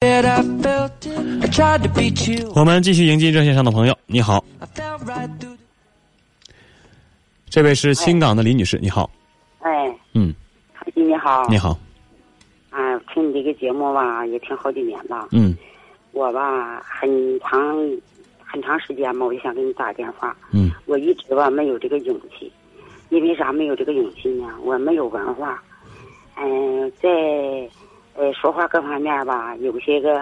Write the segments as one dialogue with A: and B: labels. A: that I felt it. I tried to beat you.
B: 我们继续迎接热线上的朋友，你好，
A: I fell right through. the-
B: 这位是新港的李女士，你好，
C: 哎，
B: 嗯，
C: 超级你好，
B: 你好，
C: 哎，听你这个节目吧，也听好几年了。
B: 嗯
C: 我吧，很长很长时间嘛，我就想给你打电话。
B: 嗯
C: 我一直吧没有这个勇气，因为啥没有这个勇气呢？我没有文化，嗯、在呃说话各方面吧，有些个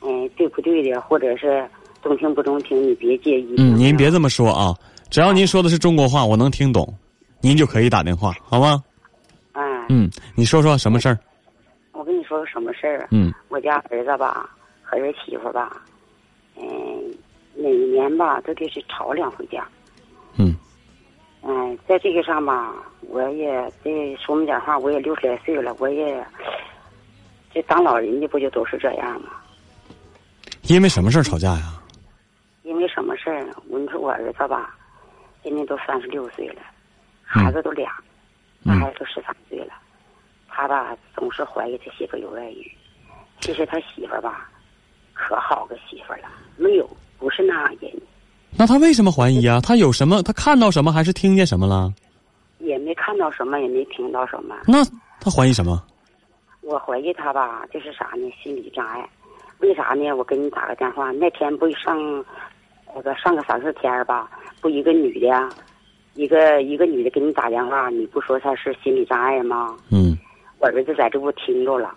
C: 嗯、呃对不对的，或者是中听不中听，你别介意。
B: 嗯，您别这么说啊，只要您说的是中国话，我能听懂，您就可以打电话，好吗？
C: 哎、
B: 嗯，你说说什么事儿？
C: 我跟你说个什么事儿啊？
B: 嗯
C: 我家儿子吧和儿媳妇吧，嗯、每年吧都得是吵两回架。
B: 嗯
C: 嗯、在这个上吧，我也这说明点话，我也六十来岁了，我也这当老人的不就都是这样吗？
B: 因为什么事儿吵架呀？
C: 因为什么事儿呢？我你说我儿子吧，今年都三十六岁了，孩子都俩，大孩子都十三岁了，他吧总是怀疑他媳妇有外遇。其实他媳妇吧，可好个媳妇了，没有不是那样人，
B: 那他为什么怀疑啊？他有什么？他看到什么还是听见什么了？
C: 也没看到什么，也没听到什么。
B: 那他怀疑什么？
C: 我怀疑他吧，这是啥呢？心理障碍。为啥呢？我给你打个电话，那天不上，那个上个三四天儿吧，不一个女的，一个一个女的给你打电话，你不说她是心理障碍吗？
B: 嗯
C: 我儿子在这屋听着了，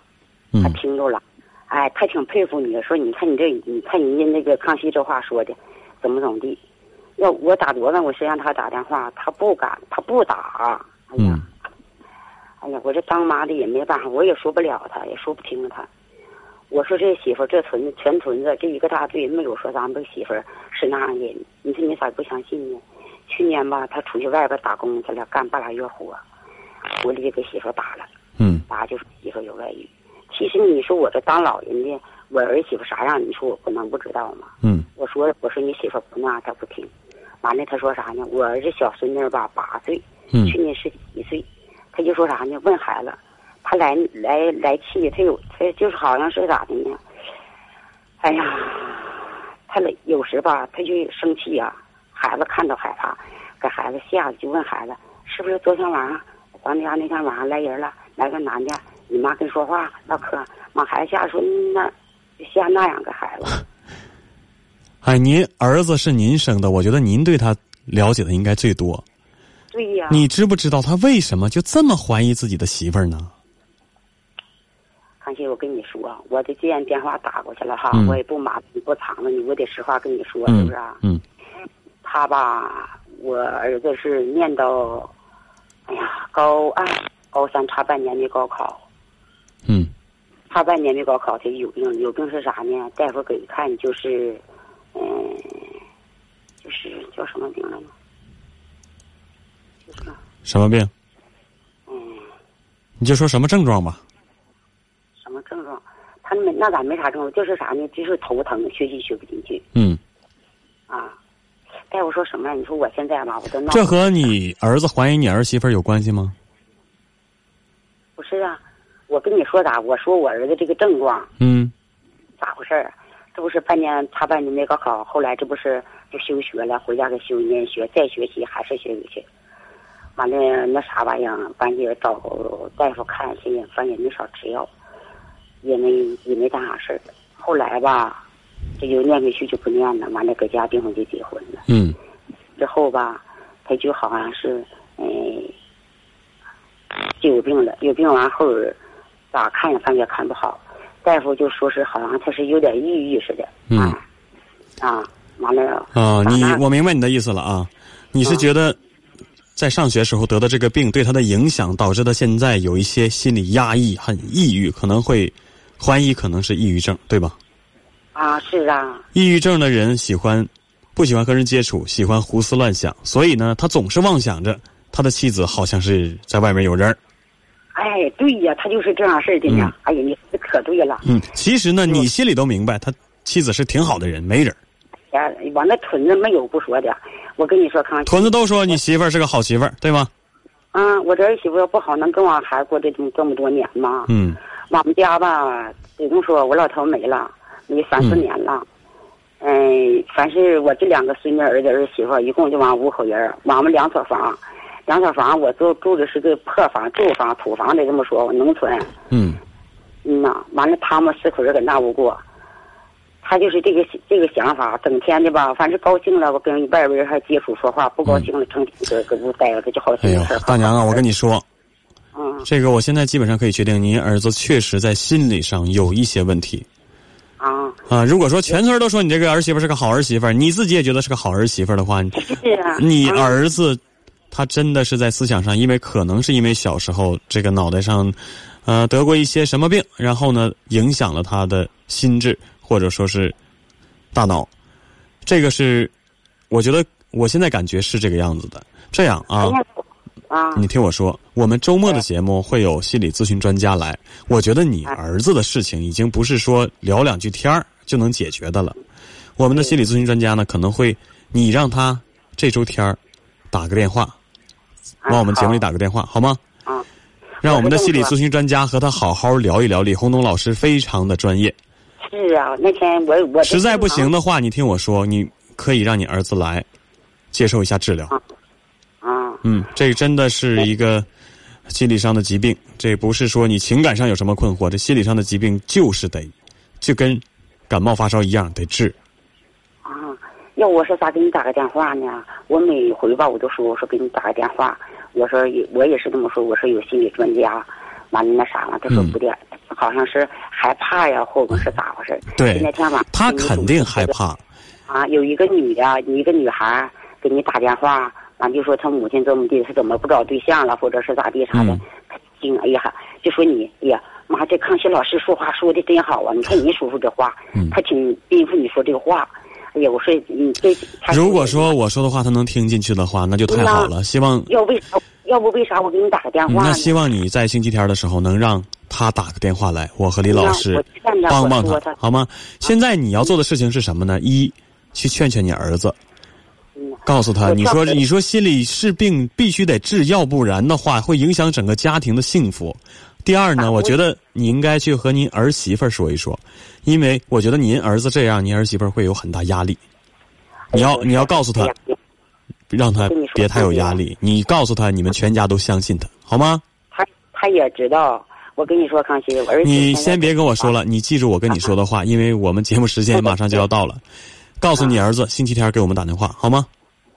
B: 嗯
C: 他听着了，哎，他挺佩服你的，说你看你这，你看人家那个康熙这话说的，怎么怎么地。要我打多了，我谁让他打电话，他不敢，他不打。哎呀，
B: 嗯
C: 哎呀，我这当妈的也没办法，我也说不了他，也说不听他。我说这媳妇儿这屯全屯子这一个大队没有说咱们媳妇儿是那样人，你说你咋不相信呢？去年吧，他出去外边打工去了，干半拉月活，回来就给媳妇儿打了，
B: 嗯
C: 打就是媳妇儿有外遇。其实你说我这当老人的，我儿媳妇啥样，你说我不能不知道吗？
B: 嗯
C: 我说我说你媳妇儿不那样，她不听。完了，他说啥呢？我儿子小孙女儿吧，八岁，
B: 嗯
C: 去年十一岁，他就说啥呢？问孩子，他来来来气，他有他就是好像是咋的呢？哎呀，他来有时吧，他就生气呀、孩子看到害怕，给孩子吓得就问孩子，是不是昨天晚上咱家那天晚上来人了，来个男的，你妈跟说话唠嗑，往孩子吓得说那就吓那样个孩子。
B: 哎，您儿子是您生的，我觉得您对他了解的应该最多。
C: 对呀、
B: 你知不知道他为什么就这么怀疑自己的媳妇儿呢？
C: 康熙，我跟你说，啊我这既然电话打过去了哈，
B: 嗯
C: 我也不瞒你，不藏着你，我得实话跟你说，是
B: 嗯
C: 不是啊？
B: 嗯
C: 他吧，我儿子是念到，哎呀，高二、高三差半年没高考，
B: 嗯
C: 差半年没高考，他就有病。有病是啥呢？大夫给看就是，嗯、就是叫什么病来着？就是
B: 什么病？
C: 嗯，
B: 你就说什么症状吧。
C: 什么症状？他没那咋没啥症状？就是啥呢？就是头疼，学习学不进去。
B: 嗯，
C: 啊，大夫说什么呀？你说我现在吧，我都闹
B: 这和你儿子怀疑你儿媳妇儿有关系吗？
C: 不是啊。我跟你说咋？我说我儿子这个症状
B: 嗯
C: 咋回事儿？啊这不是半年差半年没高考，后来这不是就休学了，回家给休一年学，再学习还是学去。完了那啥玩意儿，完也找大夫看，去，反正也没少吃药，也没也没干啥事儿。后来吧，这就念回去就不念了，完了搁家订婚就结婚了。
B: 嗯
C: 之后吧，他就好像是，嗯、就有病了。有病完后儿，咋看也发现看不好，大夫就说是好像他是有点抑郁似的。
B: 嗯
C: 啊，啊，完了。
B: 啊，
C: 咋
B: 你
C: 那
B: 我明白你的意思了啊。你是觉得在上学时候得的这个病对他的影响，导致他现在有一些心理压抑，很抑郁，可能会怀疑可能是抑郁症，对吧？
C: 啊，是啊，
B: 抑郁症的人喜欢不喜欢跟人接触，喜欢胡思乱想，所以呢，他总是妄想着他的妻子好像是在外面有人儿。
C: 哎，对呀，他就是这样事儿的呢。哎呀，你说的可对了。
B: 嗯，其实呢，你心里都明白，他妻子是挺好的人，没人儿。
C: 哎呀，完了屯子没有不说的，我跟你说，康熙，
B: 屯子都说你媳妇儿是个好媳妇儿，对吗？
C: 啊，我这儿媳妇要不好，能跟我孩子过这这么多年吗？
B: 嗯
C: 我们家吧，比如说我老头没了，没三四
B: 嗯
C: 年了。嗯，凡是我这两个孙女儿子儿媳妇，一共就完五口人儿，我们两所房，两所房，我住住的是个破房、住房、土房得这么说，我农村。
B: 嗯
C: 嗯呐，完了，他们四口人搁那屋过，他就是这个这个想法，整天的吧，凡是高兴了，我跟外边人还接触说话；不高兴
B: 嗯
C: 了，成天搁搁屋待着，这就好
B: 哎
C: 心
B: 呦
C: 事儿。，
B: 大娘啊，我跟
C: 你，
B: 你说，
C: 嗯
B: 这个我现在基本上可以确定，您儿子确实在心理上有一些问题
C: 啊，
B: 啊。如果说全村都说你这个儿媳妇是个好儿媳妇儿，你自己也觉得是个好儿媳妇儿的话，你
C: 是啊，
B: 你
C: 啊
B: 儿子他真的是在思想上，因为可能是因为小时候这个脑袋上，呃，得过一些什么病，然后呢，影响了他的心智或者说是大脑，这个是我觉得我现在感觉是这个样子的。这样啊，
C: 哎呀啊，
B: 你听我说，我们周末的节目会有心理咨询专家来。我觉得你
C: 啊
B: 儿子的事情已经不是说聊两句天儿就能解决的了。我们的心理咨询专家呢，可能会你让他这周天儿打个电话，
C: 啊
B: 往我们节目里打个电话，好吗？
C: 好啊，
B: 让我们的心理
C: 我是这么说
B: 咨询专家和他好好聊一聊。李红东老师非常的专业，
C: 是啊，那天我我
B: 实在不行的话，你听我说，你可以让你儿子来接受一下治疗。
C: 啊，
B: 嗯，这真的是一个心理上的疾病，这不是说你情感上有什么困惑，这心理上的疾病就是得，就跟感冒发烧一样得治。
C: 啊，要我说咋给你打个电话呢？我每回吧，我都说我说给你打个电话，我说也我也是这么说，我说有心理专家，完了那啥了，他说
B: 嗯
C: 不对，好像是害怕呀，或者是咋回事？
B: 对
C: 那天晚上
B: 他
C: 你
B: 肯定害怕，
C: 啊，有一个女的，一个女孩儿给你打电话，完就说她母亲怎么地，她怎么不找对象了，或者是咋地啥的
B: 嗯，
C: 听、哎呀，就说你，哎呀妈，这康熙老师说话说的真好啊！你看你叔叔这话，
B: 嗯
C: 他挺应付你说这个话。哎呀，我说你这，他
B: 如果说我说的话他能听进去的话，那就太好了。希望、
C: 要为啥，要不为啥我给你打个电
B: 嗯
C: 话呢？
B: 那希望你在星期天的时候能让他打个电话来，我和李老
C: 那我
B: 师
C: 劝他
B: 帮帮
C: 我
B: 他
C: 说他啊
B: 好吗？现在你要做的事情是什么呢？一，去劝劝你儿子，
C: 嗯
B: 告诉他，
C: 我
B: 你说
C: 告诉
B: 你说心理是病必须得治，要不然的话会影响整个家庭的幸福。第二呢，
C: 啊
B: 我
C: 我
B: 觉得你应该去和您儿媳妇儿说一说，因为我觉得您儿子这样，您儿媳妇儿会有很大压力。你要你要告诉他
C: 哎呀，
B: 让他
C: 跟你说
B: 别太有压力，你告诉他你们全家都相信他，好吗？
C: 他他也知道。我跟你说，康熙，我儿子
B: 你
C: 现在
B: 先别跟我
C: 啊
B: 说了，你记住我跟你说的话，因为我们节目时间马上就要到 了。告诉你儿子，星期天给我们打电话，好吗？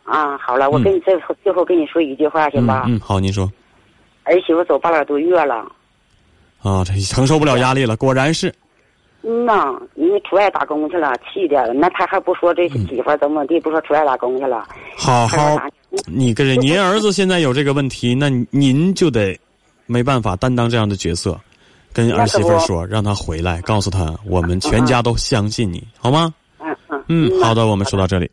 C: 啊。好了，我跟你最后最后跟你说一句话，行
B: 嗯
C: 吧？
B: 嗯，好，您说
C: 儿媳妇走半拉多月了。
B: 啊，这承受不了压力了，果然是。
C: 嗯呐，人家出外打工去了，气的那他还不说这媳妇儿怎么地，不说出外打工去了，
B: 好
C: 还
B: 好
C: 有啥，
B: 你跟人，您儿子现在有这个问题，那您就得没办法担当这样的角色，跟儿媳妇儿说，让她回来，告诉她我们全家都相信你，好吗？
C: 嗯嗯
B: 嗯，
C: 呐
B: 好的，我们说到这里。